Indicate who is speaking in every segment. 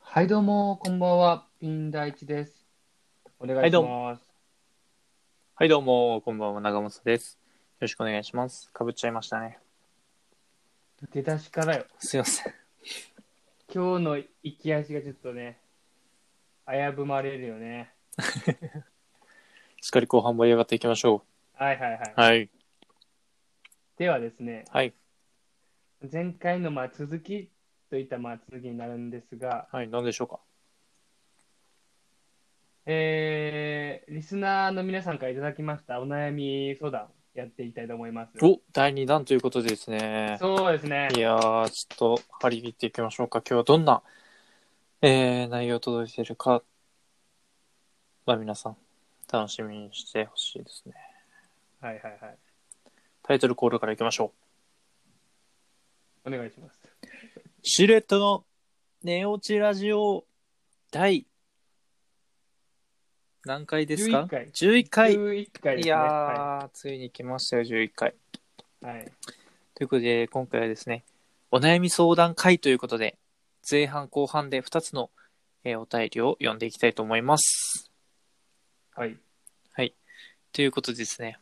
Speaker 1: はい、どうも、こんばんは。ピン大地です。お願
Speaker 2: はいい
Speaker 1: し
Speaker 2: どう
Speaker 1: ます。
Speaker 2: はい、どうも、こんばんは、長本です。よろしくお願いします。かぶっちゃいましたね。
Speaker 1: 出だしからよ。
Speaker 2: すいません。
Speaker 1: 今日の行き足がちょっとね、危ぶまれるよね。
Speaker 2: しっかり後半盛り上がっていきましょ
Speaker 1: はいはいはい。
Speaker 2: う。はい。
Speaker 1: ではですね、
Speaker 2: はい。
Speaker 1: 前回のまあ続きといったまあ続きになるんですが、
Speaker 2: はい、何でしょうか。
Speaker 1: えー、リスナーの皆さんからいただきましたお悩み相談やっていきたいと思います。
Speaker 2: お第2弾ということでですね。
Speaker 1: そうですね。
Speaker 2: いやー、ちょっと張り切っていきましょうか。今日はどんな、えー、内容届いてるか、まあ皆さん、楽しみにしてほしいですね。
Speaker 1: はいはいはい。
Speaker 2: タイトルコールからいきましょ
Speaker 1: お願いします。
Speaker 2: う。シルエットの寝落ちラジオ第何回ですか
Speaker 1: 11回
Speaker 2: 11回。
Speaker 1: 11回ですね。
Speaker 2: いやー、
Speaker 1: は
Speaker 2: ついに来ましたよ、11回。
Speaker 1: い。はい、
Speaker 2: ということで、今回はですね、お悩み相談会ということで、前半後半で2つの、えーお便りを読んでいきたいと思います。
Speaker 1: はい。
Speaker 2: ということでですね、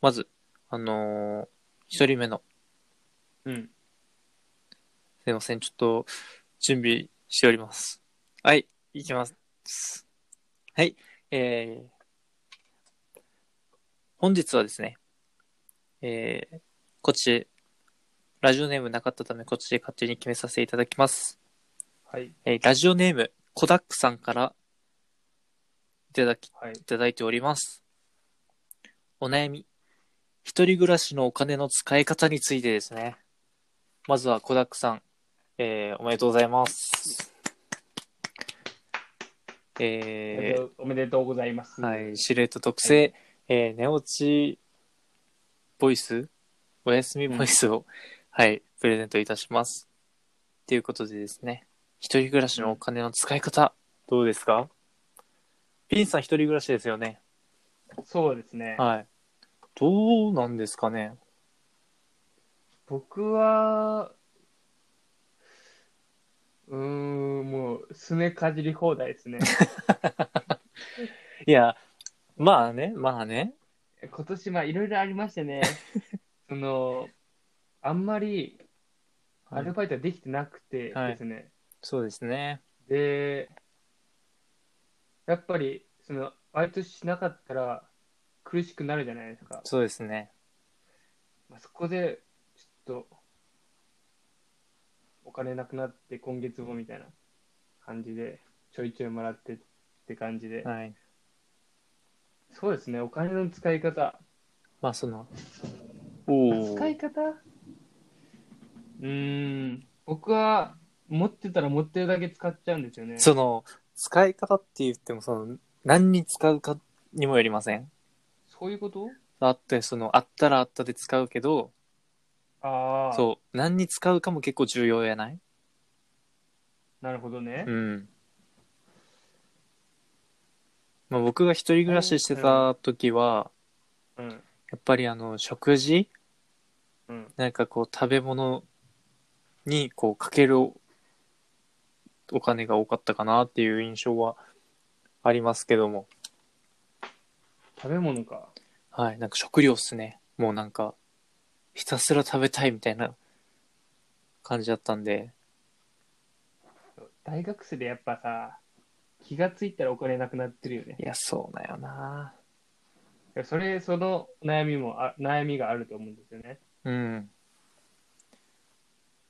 Speaker 2: まず、あのー、1人目の、
Speaker 1: うん。
Speaker 2: すいません、ちょっと準備しております。はい、いきます。はい、えー、本日はですね、えー、こっち、ラジオネームなかったため、こっちで勝手に決めさせていただきます。
Speaker 1: はい。
Speaker 2: えー、ラジオネーム、コダックさんからいただき、
Speaker 1: はい。
Speaker 2: いただいております。お悩み。一人暮らしのお金の使い方についてですね。まずは、コダックさん、えーおめでとうございます。えー
Speaker 1: おめでとうございます。
Speaker 2: はい、シルエット特製、えー寝落ちボイス、おやすみボイスを、はい、プレゼントいたします。ということでですね、一人暮らしのお金の使い方、どうですかピンさん一人暮らしですよね。
Speaker 1: そうですね。
Speaker 2: はい。どうなんですかね。
Speaker 1: 僕は、うーん、もう、すねかじり放題 ですね。
Speaker 2: いや、まあね、まあね。
Speaker 1: 今年、まあ、いろいろありまして ね、その、あんまりアルバイトはできてなくて
Speaker 2: はい
Speaker 1: ですね。
Speaker 2: そうですね。
Speaker 1: で、やっぱり、その、バイトしなかったら苦しくなるじゃないですか。
Speaker 2: そうですね。
Speaker 1: まあ、そこで、ちょっと、お金なくなって、今月もみたいな感じで、ちょいちょいもらってって感じで、
Speaker 2: はい。
Speaker 1: そうですね、お金の使い方、
Speaker 2: まあその、お
Speaker 1: 使い方うーん、僕は持ってたら持ってるだけ使っちゃうんですよね。
Speaker 2: その、使い方って言っても、その、何に使うかにもよりません。
Speaker 1: そういうこと
Speaker 2: あって、その、あったらあったで使うけど、
Speaker 1: ああ、
Speaker 2: そう、何に使うかも結構重要やない
Speaker 1: なるほどね。
Speaker 2: うん。まあ僕が一人暮らししてた時は、
Speaker 1: うん、
Speaker 2: やっぱりあの、食事
Speaker 1: うん、
Speaker 2: なんかこう食べ物にこうかけるお金が多かったかなっていう印象はありますけども。
Speaker 1: 食べ物か。
Speaker 2: はい。なんか食料っすね。もうなんか、ひたすら食べたいみたいな感じだったんで。
Speaker 1: 大学生でやっぱさ、気がついたらお金なくなってるよね。
Speaker 2: いや、そうだよない
Speaker 1: やそれ、その悩みもあ、悩みがあると思うんですよね。
Speaker 2: うん。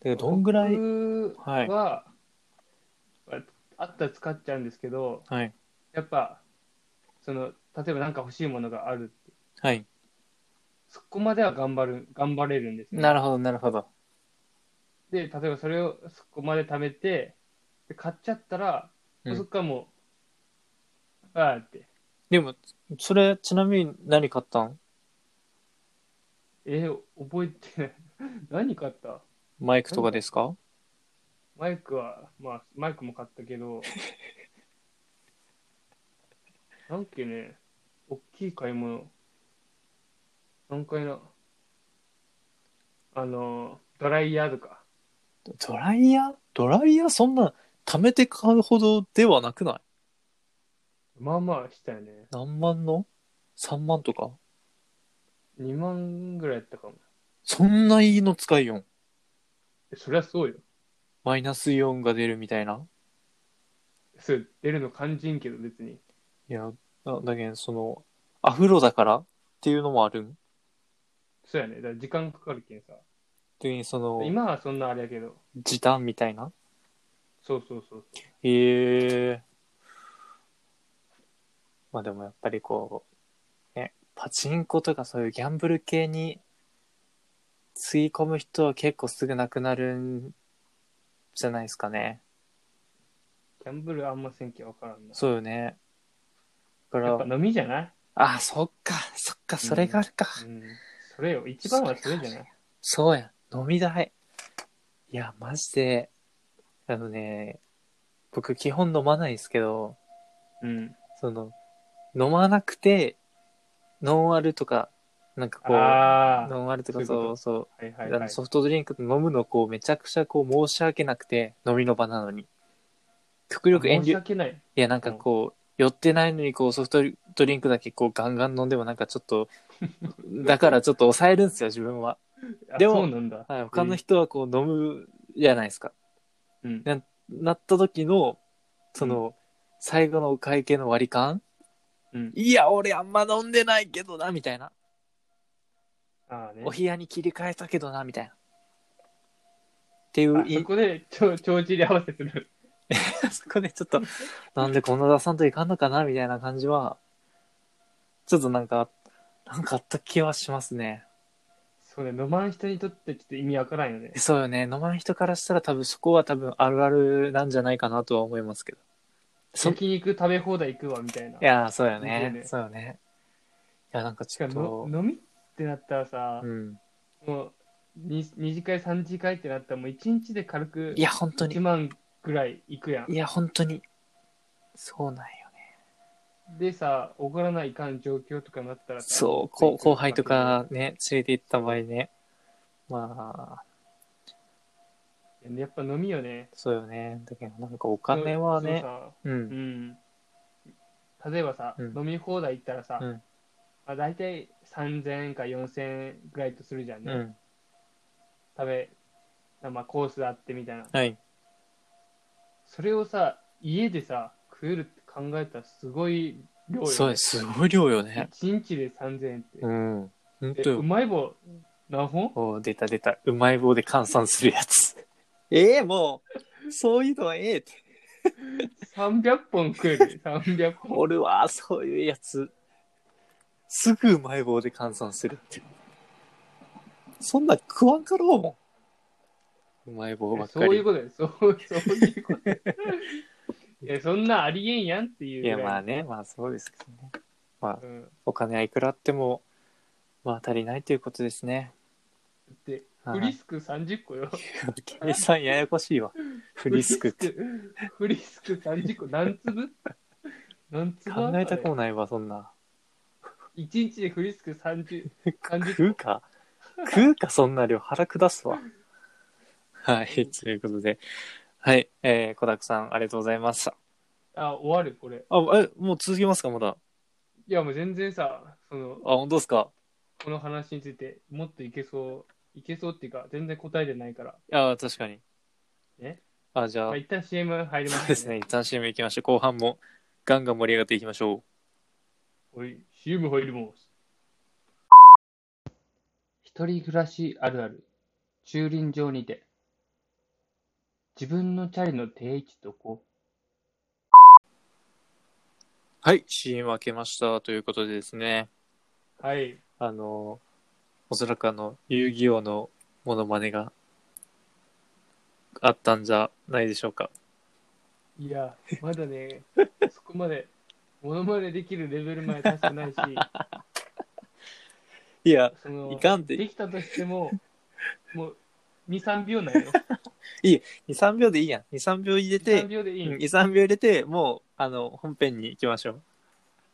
Speaker 2: で、どんぐらい
Speaker 1: 僕
Speaker 2: はい
Speaker 1: は、ああったら使っちゃうんですけど、
Speaker 2: はい。
Speaker 1: やっぱ、その、例えば何か欲しいものがあるって、
Speaker 2: はい。
Speaker 1: そこまでは頑張る、頑張れるんですよ
Speaker 2: なるほど、なるほど。
Speaker 1: で、例えばそれをそこまで貯めて、で買っちゃったら、
Speaker 2: うん
Speaker 1: そっからもう、ああって、
Speaker 2: でも、それ、ちなみに何買ったん
Speaker 1: えー覚えてない。 何買った
Speaker 2: マイクとかですか
Speaker 1: マイクは、まあ、マイクも買ったけど、なんけね、大きい買い物、何回な、あの、ドライヤーとか、
Speaker 2: ドライヤードライヤーそんな、貯めて買うほどではなくない
Speaker 1: まあまあしたよね。
Speaker 2: 何万の ?3 万とか
Speaker 1: 2万ぐらいやったかも。
Speaker 2: そんないいの使いよん。
Speaker 1: えそりゃそうよ。
Speaker 2: マイナスイオンが出るみたいな。
Speaker 1: それ出るの肝心けど別に。
Speaker 2: いや、だだけど、その、アフロだからっていうのもあるん。
Speaker 1: そうやね。だから時間かかるけんさ。
Speaker 2: 特にその、
Speaker 1: 今はそんなあれやけど。
Speaker 2: 時短みたいな。
Speaker 1: そうそうそうそ
Speaker 2: へえ。まあでもやっぱりこう、ね、パチンコとかそういうギャンブル系につぎ込む人は結構すぐなくなるんじゃないですかね。
Speaker 1: う。ギャンブルあんませんけわからんな。
Speaker 2: そうよね。だか
Speaker 1: やっぱ
Speaker 2: ら、
Speaker 1: 飲みじゃない
Speaker 2: あ、そっか、そっか、それがあるか。
Speaker 1: うん。それよ。一番はそれじゃない
Speaker 2: そうや、飲み代。いや、マジで、あのね、僕基本飲まないですけど、
Speaker 1: うん。
Speaker 2: その、飲まなくて、ノンアルとか、なんかこう、
Speaker 1: ああ。
Speaker 2: ノンアルと
Speaker 1: そう
Speaker 2: か
Speaker 1: いう
Speaker 2: そ
Speaker 1: こ
Speaker 2: うそう、
Speaker 1: はいはい
Speaker 2: あ
Speaker 1: は
Speaker 2: の
Speaker 1: い。
Speaker 2: ソフトドリンク飲むのこう、めちゃくちゃこう、申し訳なくて、飲みの場なのに。極力
Speaker 1: 申
Speaker 2: 遠
Speaker 1: し
Speaker 2: 慮、い
Speaker 1: 訳ない。
Speaker 2: やなんかこう、寄ってないのにこう、ソフトドリンクだけこう、ガンガン飲んでもなんかちょっ と、だからちょっと抑えるんですよ、自分は。
Speaker 1: あ
Speaker 2: でも
Speaker 1: そうなんだ。
Speaker 2: はい、他の人はこう、飲むじゃないですか。
Speaker 1: うん。
Speaker 2: なった時の、その、最後のお会計の割り勘
Speaker 1: うん。
Speaker 2: いや、俺あんま飲んでないけどな、みたいな。
Speaker 1: ああね
Speaker 2: お。部屋に切り替えたけどな、みたいな。っていう
Speaker 1: あ
Speaker 2: い
Speaker 1: そこで、ちょ、ちょうちで合わせてる。
Speaker 2: そこでちょっ と、なんでこんな出さんといかんのかな、みたいな感じは、ちょっとなんか、なんかあった気はしますね。
Speaker 1: そうね、飲まん人にとってちょっと意味わからんよね。
Speaker 2: そうよね。飲まん人からしたら多分そこは多分あるあるなんじゃないかなとは思いますけど。そい
Speaker 1: 焼肉食べ放題行くわ、みたいな。
Speaker 2: や、そう
Speaker 1: そう
Speaker 2: よ
Speaker 1: よ
Speaker 2: ね。
Speaker 1: ね
Speaker 2: そうよね。いや、なんか
Speaker 1: し
Speaker 2: ちょ
Speaker 1: か
Speaker 2: っ
Speaker 1: も
Speaker 2: と、
Speaker 1: の飲みってなったらさ
Speaker 2: う、ん。
Speaker 1: もうに2次会3次会ってなったらもう1日で軽く
Speaker 2: いや、本当
Speaker 1: 1
Speaker 2: に。
Speaker 1: 万ぐらいいくやん
Speaker 2: いや、本当に。そうなんよね。
Speaker 1: でさおごらないかん状況とかなったらさ
Speaker 2: そう、
Speaker 1: ちょ
Speaker 2: 後
Speaker 1: っと
Speaker 2: 後輩とかね、連れて行った場合ね。まあ、
Speaker 1: いややっぱ飲みよね
Speaker 2: そうよね。だけど、なんかお金は
Speaker 1: そ、う
Speaker 2: ね
Speaker 1: さ
Speaker 2: う、
Speaker 1: うんん例えばさ、
Speaker 2: うん
Speaker 1: 飲み放題行ったらさ、
Speaker 2: うん
Speaker 1: まあ、大体3000円か4000円ぐらいとするじゃん
Speaker 2: う
Speaker 1: ね、
Speaker 2: ん、
Speaker 1: 食べまあコースあってみたいな
Speaker 2: はい。
Speaker 1: それをさ家でさ食えるって考えたらすごい量よね
Speaker 2: そうです。すごい量よね。
Speaker 1: 1日で3000円って、
Speaker 2: うん。ほん
Speaker 1: え
Speaker 2: と
Speaker 1: う
Speaker 2: よ。
Speaker 1: まい棒何本
Speaker 2: お出た出た。うまい棒で換算するや つ。ええもう、そういうのはええって。
Speaker 1: ?300 本食える。300本。
Speaker 2: 俺は、そういうやつ。すぐうまい棒で換算するって。そんな食わんかろうもん。うまい棒ばっか
Speaker 1: そうい
Speaker 2: り
Speaker 1: う。ことです。そうそういうことですいや、そんなんありえんやんっていう
Speaker 2: い
Speaker 1: ぐら
Speaker 2: や、
Speaker 1: い。
Speaker 2: まあね、まあそうですけどね。
Speaker 1: うん。
Speaker 2: お金はいくらあっても、まあ足りないということですね。
Speaker 1: で、
Speaker 2: はい
Speaker 1: フリスク30個よ。
Speaker 2: 計算ややこしいわ。フリスク って。
Speaker 1: フリスク。フリスク30個。何 粒何粒
Speaker 2: 考えたくもないわ、そんな。
Speaker 1: 1日でフリスク30。30
Speaker 2: 食うか食うか、そんな量腹下すわ。はい、ということで。はい、えー、小沢さん、ありがとうございました。
Speaker 1: あ、終わる、これ。
Speaker 2: あ、え、もう続きますか、まだ。あ、
Speaker 1: いや、もう全然さ、その、
Speaker 2: 本当ですか。
Speaker 1: この話について、もっといけそう、いけそうっていうか、全然答えてないから。
Speaker 2: いや、確かに。
Speaker 1: え
Speaker 2: あ、じゃあ
Speaker 1: まあ、、一旦 CM 入りま
Speaker 2: そうですね、一旦 CM 行きましょう。後半も、ガンガン盛り上がっていきましょう。
Speaker 1: はい、CM 入ります。一人暮らしあるある、駐輪場にて。自分のチャリの定位置とこ。
Speaker 2: はい、CM 開けました。ということでですね、
Speaker 1: はい。
Speaker 2: あの、おそらくあの、遊戯王のモノマネがあったんじゃないでしょうか。
Speaker 1: いや、まだね、そこまで、モノマネできるレベルまで達してないし、
Speaker 2: いや、
Speaker 1: その、
Speaker 2: いかんって
Speaker 1: できたとしても、もう、2、3秒なん よ。
Speaker 2: 2、3秒でいいやん。2、3秒入れ
Speaker 1: 2、3
Speaker 2: て、
Speaker 1: 秒でいい
Speaker 2: うん
Speaker 1: ん
Speaker 2: 2、3秒入れて、もう、あの、本編に行きましょう。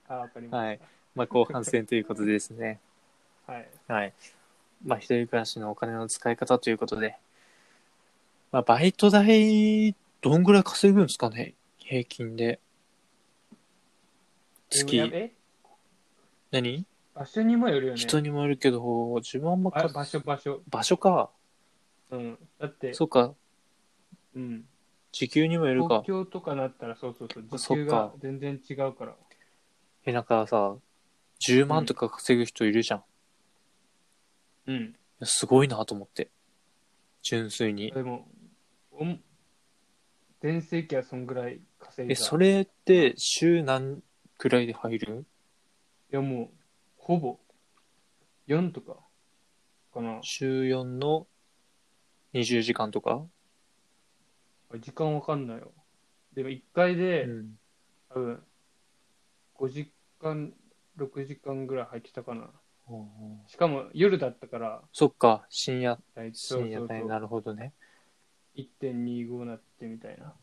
Speaker 1: あ、わかりまし
Speaker 2: まあ、後半戦ということでですね。
Speaker 1: た。はい。
Speaker 2: はい。まあ、一人暮らしのお金の使い方ということで、まあ、バイト代、どんぐらい稼ぐんですかね平均で。
Speaker 1: や
Speaker 2: 月、
Speaker 1: え
Speaker 2: 何
Speaker 1: 場所にもよるよね。
Speaker 2: 人にもよるけど、自分はあんま
Speaker 1: あ
Speaker 2: か
Speaker 1: 場所、場所。
Speaker 2: 場所か。
Speaker 1: うん。だって、
Speaker 2: そうか、
Speaker 1: うん。
Speaker 2: 時給にもよるか
Speaker 1: 東。京とかなったら、そうそうそう。時
Speaker 2: そ
Speaker 1: 給
Speaker 2: っ
Speaker 1: が
Speaker 2: か
Speaker 1: 全然違うから。
Speaker 2: え、なんかさ、10万とか稼ぐ人いるじゃん。い
Speaker 1: うん。
Speaker 2: やすごいなと思って。純粋に。
Speaker 1: でも、おん全盛期はそんぐらい稼いだ。
Speaker 2: え、それって週何くらいで入る
Speaker 1: いやもう、ほぼ、4とか、かな。
Speaker 2: 週4の20時間とか、
Speaker 1: 時間わかんないよ。でも1回で、
Speaker 2: うん
Speaker 1: 多分、5時間、6時間ぐらい入ってたかな。しかも夜だったから、
Speaker 2: そっか、深夜、
Speaker 1: 大体そう
Speaker 2: 深
Speaker 1: そ
Speaker 2: 夜
Speaker 1: う
Speaker 2: 帯、
Speaker 1: そ
Speaker 2: な
Speaker 1: う
Speaker 2: るほどね。
Speaker 1: 1.25なってみたいな。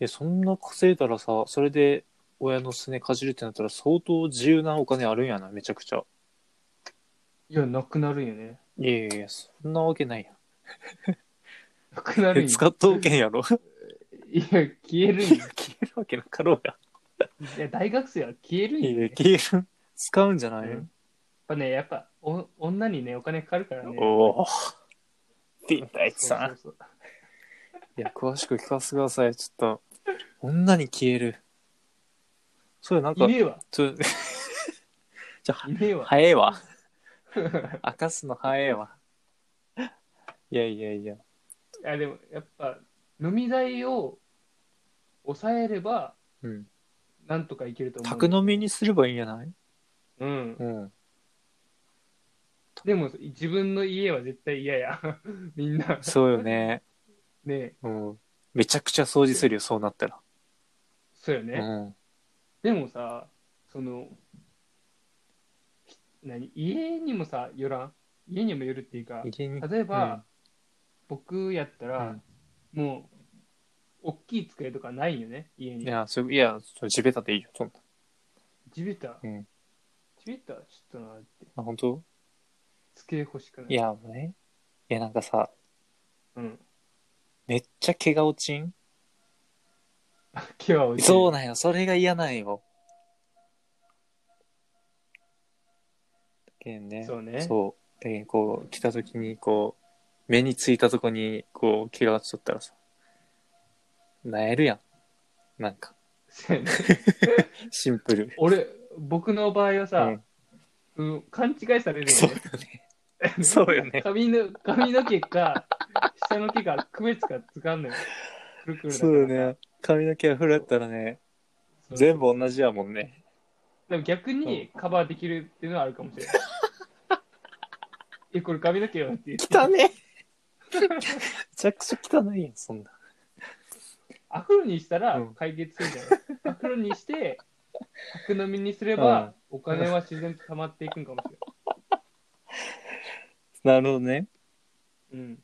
Speaker 2: え、そんな稼いだらさ、それで親のすねかじるってなったら相当自由なお金あるんやな、めちゃくちゃ。
Speaker 1: いや、なくなるんよね。
Speaker 2: いやいやいや、そんなわけないやん。
Speaker 1: なくなるん
Speaker 2: え
Speaker 1: よ。
Speaker 2: 使っとうけんやろ消
Speaker 1: いや、消えるんよ。
Speaker 2: えるわけなかろうや。
Speaker 1: いや、大学生は消えるん
Speaker 2: い
Speaker 1: よ、
Speaker 2: やいや
Speaker 1: ね。
Speaker 2: 消える。使うんじゃない、
Speaker 1: うんやっぱね、やっぱお女にね、お金かかるからね。
Speaker 2: おお。ピンタイチさん。
Speaker 1: そうそうそう
Speaker 2: いや、詳しく聞かせてください。ちょっと、女に消える。そうや、なんか
Speaker 1: い、ねえわ。
Speaker 2: ちょ、じゃあ
Speaker 1: いねえわ。
Speaker 2: 早え わ。明かすの早えわ。いやいやいや。
Speaker 1: いやでもやっぱ飲み代を抑えれば
Speaker 2: うん。
Speaker 1: なんとかいけると思う。
Speaker 2: 宅飲みにすればいいんじゃない
Speaker 1: うん。
Speaker 2: うん。
Speaker 1: でも自分の家は絶対嫌や。 みんな。
Speaker 2: そうよね。
Speaker 1: ねえ
Speaker 2: うん。めちゃくちゃ掃除するよ、そうなったら。
Speaker 1: そうよ
Speaker 2: う
Speaker 1: ね。
Speaker 2: ん。
Speaker 1: でもさ、その、ひ何家にもさ、よらん。家にもよるっていうか、
Speaker 2: 家に。
Speaker 1: 例えば、
Speaker 2: うん
Speaker 1: 僕やったら、もう、大きい机とかないよね、家に。
Speaker 2: いや、そういや、そう地べたでいいよ、そんな。
Speaker 1: 地べた、
Speaker 2: うん
Speaker 1: 地べたちょっとなって、
Speaker 2: あ、本当
Speaker 1: 机欲しくない。
Speaker 2: い、や、もうね。いや、なんかさ、
Speaker 1: うん。
Speaker 2: めっちゃ毛が落ちん
Speaker 1: 今日は落ちる
Speaker 2: そうなんよ。それが嫌なんよ。けんね。
Speaker 1: そうね
Speaker 2: そう。で、こう、来た時に、こう、目についたとこに、こう、毛が落ちとったらさ、なえるやん。なんか、
Speaker 1: そうやね
Speaker 2: シンプ ル。
Speaker 1: 俺、僕の場合は
Speaker 2: う
Speaker 1: さ
Speaker 2: ん、
Speaker 1: うん、勘違いされる
Speaker 2: そ
Speaker 1: よ
Speaker 2: う
Speaker 1: ね。
Speaker 2: よね。そうよね。
Speaker 1: 髪の髪の毛か、下の毛か、区別がつかんのよ。くるくるだか
Speaker 2: そ
Speaker 1: ら
Speaker 2: うよね。髪の毛がふらったらね、
Speaker 1: そう
Speaker 2: 全部同じやもんね。
Speaker 1: でも逆にカバーできるっていうのはあるかもしれない。 え、これ髪の毛よって言って。
Speaker 2: 汚ねめちゃくちゃ汚いやん、そんな。
Speaker 1: アフロにしたら
Speaker 2: うん
Speaker 1: 解決するじゃ ない。アフロにして、宅飲みにすれば、お金は自然と溜まっていくんかもし
Speaker 2: なるほどね。
Speaker 1: れない。うん。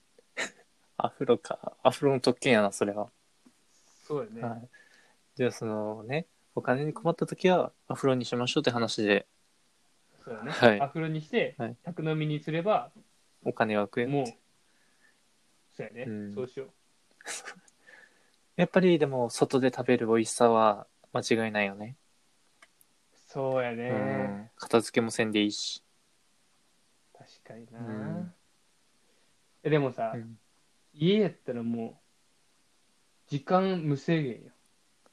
Speaker 2: アフロか。アフロの特権やな、それは。
Speaker 1: そうだ
Speaker 2: は
Speaker 1: ね。
Speaker 2: い、じゃあそのねお金に困った時はアフロにしましょうって話で
Speaker 1: そうだね。
Speaker 2: はい
Speaker 1: アフロにして
Speaker 2: はい、
Speaker 1: 宅飲みにすれば、
Speaker 2: お金は食え
Speaker 1: もう、そうやね、
Speaker 2: うん
Speaker 1: そうしよう。
Speaker 2: やっぱりでも外で食べる美味しさは間違いないよね、
Speaker 1: そうやね、
Speaker 2: うん、片付けもせんでいいし、
Speaker 1: 確かにな、
Speaker 2: うん
Speaker 1: えでもさ、
Speaker 2: うん
Speaker 1: 家やったらもう、時間無制限よ。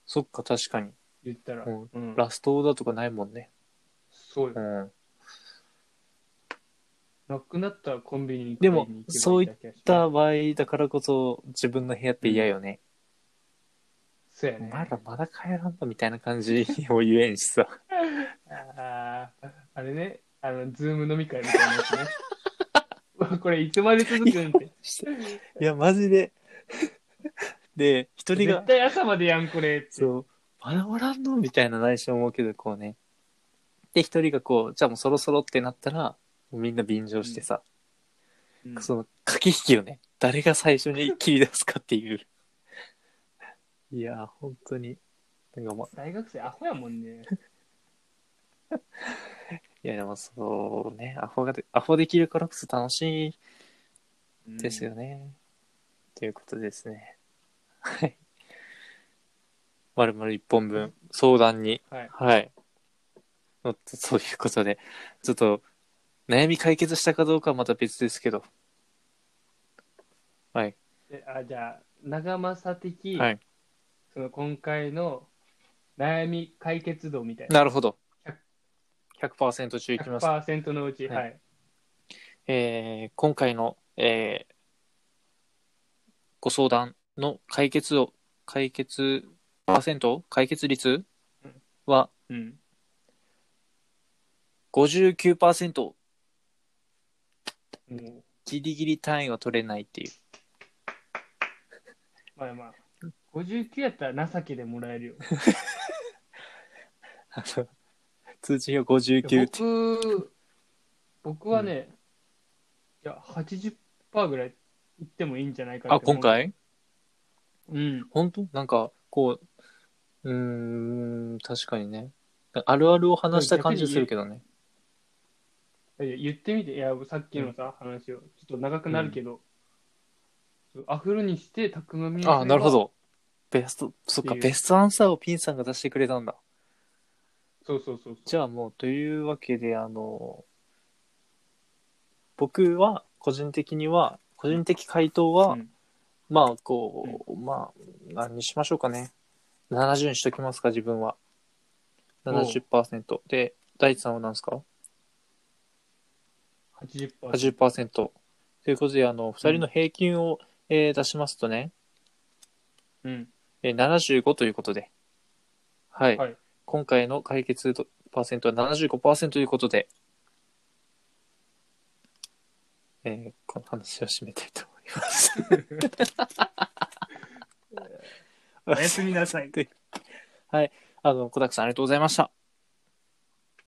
Speaker 2: そっか確かに
Speaker 1: 言ったら。
Speaker 2: うん
Speaker 1: うん
Speaker 2: ラストオーダーとかないもんね
Speaker 1: そう
Speaker 2: う
Speaker 1: よ。
Speaker 2: ん
Speaker 1: なくなったらコンビニに
Speaker 2: でも
Speaker 1: 買いに行けば
Speaker 2: そうい
Speaker 1: だ
Speaker 2: っ
Speaker 1: けやし
Speaker 2: た場合だからこそ自分の部屋って嫌よね、
Speaker 1: そうやね。
Speaker 2: まだまだ帰らんのみたいな感じを言えんしさ
Speaker 1: あーあれね、あの、ズーム飲み会みたいなやつね。うわ これいつまで続くんって。
Speaker 2: いやマジで で一人が
Speaker 1: 絶対朝までやん、これって。
Speaker 2: そう、まだ終わらんのみたいな内心思うけど、こうね。で、一人がこう、じゃあもうそろそろってなったら、みんな便乗してさ、
Speaker 1: うん
Speaker 2: その駆け引きをね、誰が最初に切り出すかっていう。 いやー、本当に。なんかまあ、
Speaker 1: 大学生アホやもんね。
Speaker 2: いやでもそうね、アホがで、アホできるからこそ楽しいですよね。ということですね。はい。まるまる1本分、相談に、
Speaker 1: はい。
Speaker 2: はい。のとそういうことで、ちょっと、悩み解決したかどうかはまた別ですけど。はい。
Speaker 1: であじゃあ、長政的、
Speaker 2: はい。
Speaker 1: その今回の悩み解決度みたいな。
Speaker 2: なるほど。100%中いきます。
Speaker 1: 100%のうち、
Speaker 2: は
Speaker 1: はいい。
Speaker 2: えー今回の、えーご相談の解決を、解決、パーセント解決率は
Speaker 1: うん。
Speaker 2: 59%。
Speaker 1: もう、
Speaker 2: ギリギリ単位は取れないっていう。
Speaker 1: まあまあ。59やったら情けでもらえる よ。
Speaker 2: あの 通知表59って。
Speaker 1: 僕、僕はね、いや、80%ぐらいいってもいいんじゃないか
Speaker 2: あ、
Speaker 1: って思う
Speaker 2: 今回
Speaker 1: うん。
Speaker 2: 本当なんか、こう、うーん、確かにね。あるあるを話した感じするけどね。
Speaker 1: いや言ってみて、いや、さっきのさ、話を、ちょっと長くなるけど、そうアフロにして、たくまみ
Speaker 2: あ、なるほ。ど。ベスト、そっか、
Speaker 1: っていう
Speaker 2: ベストアンサーをピンさんが出してくれたんだ。
Speaker 1: そうそうそうそう。
Speaker 2: じゃあもう、というわけで、あの、僕は、個人的には、個人的回答は、
Speaker 1: うん
Speaker 2: まあ、こう、まあ、何にしましょうかね。70にしときますか、自分は。70%。で、大地さんは何ですか
Speaker 1: 80%。
Speaker 2: ?80%。ということで、あの、2人の平均を、えー出しますとね、
Speaker 1: うん。
Speaker 2: えー75ということで。はい。
Speaker 1: はい
Speaker 2: 今回の解決度パーセントは75%ということで、えーこの話を締めたいと思い ます。
Speaker 1: おやすみなさい。
Speaker 2: はい。あの、小沢さんありがとうございました。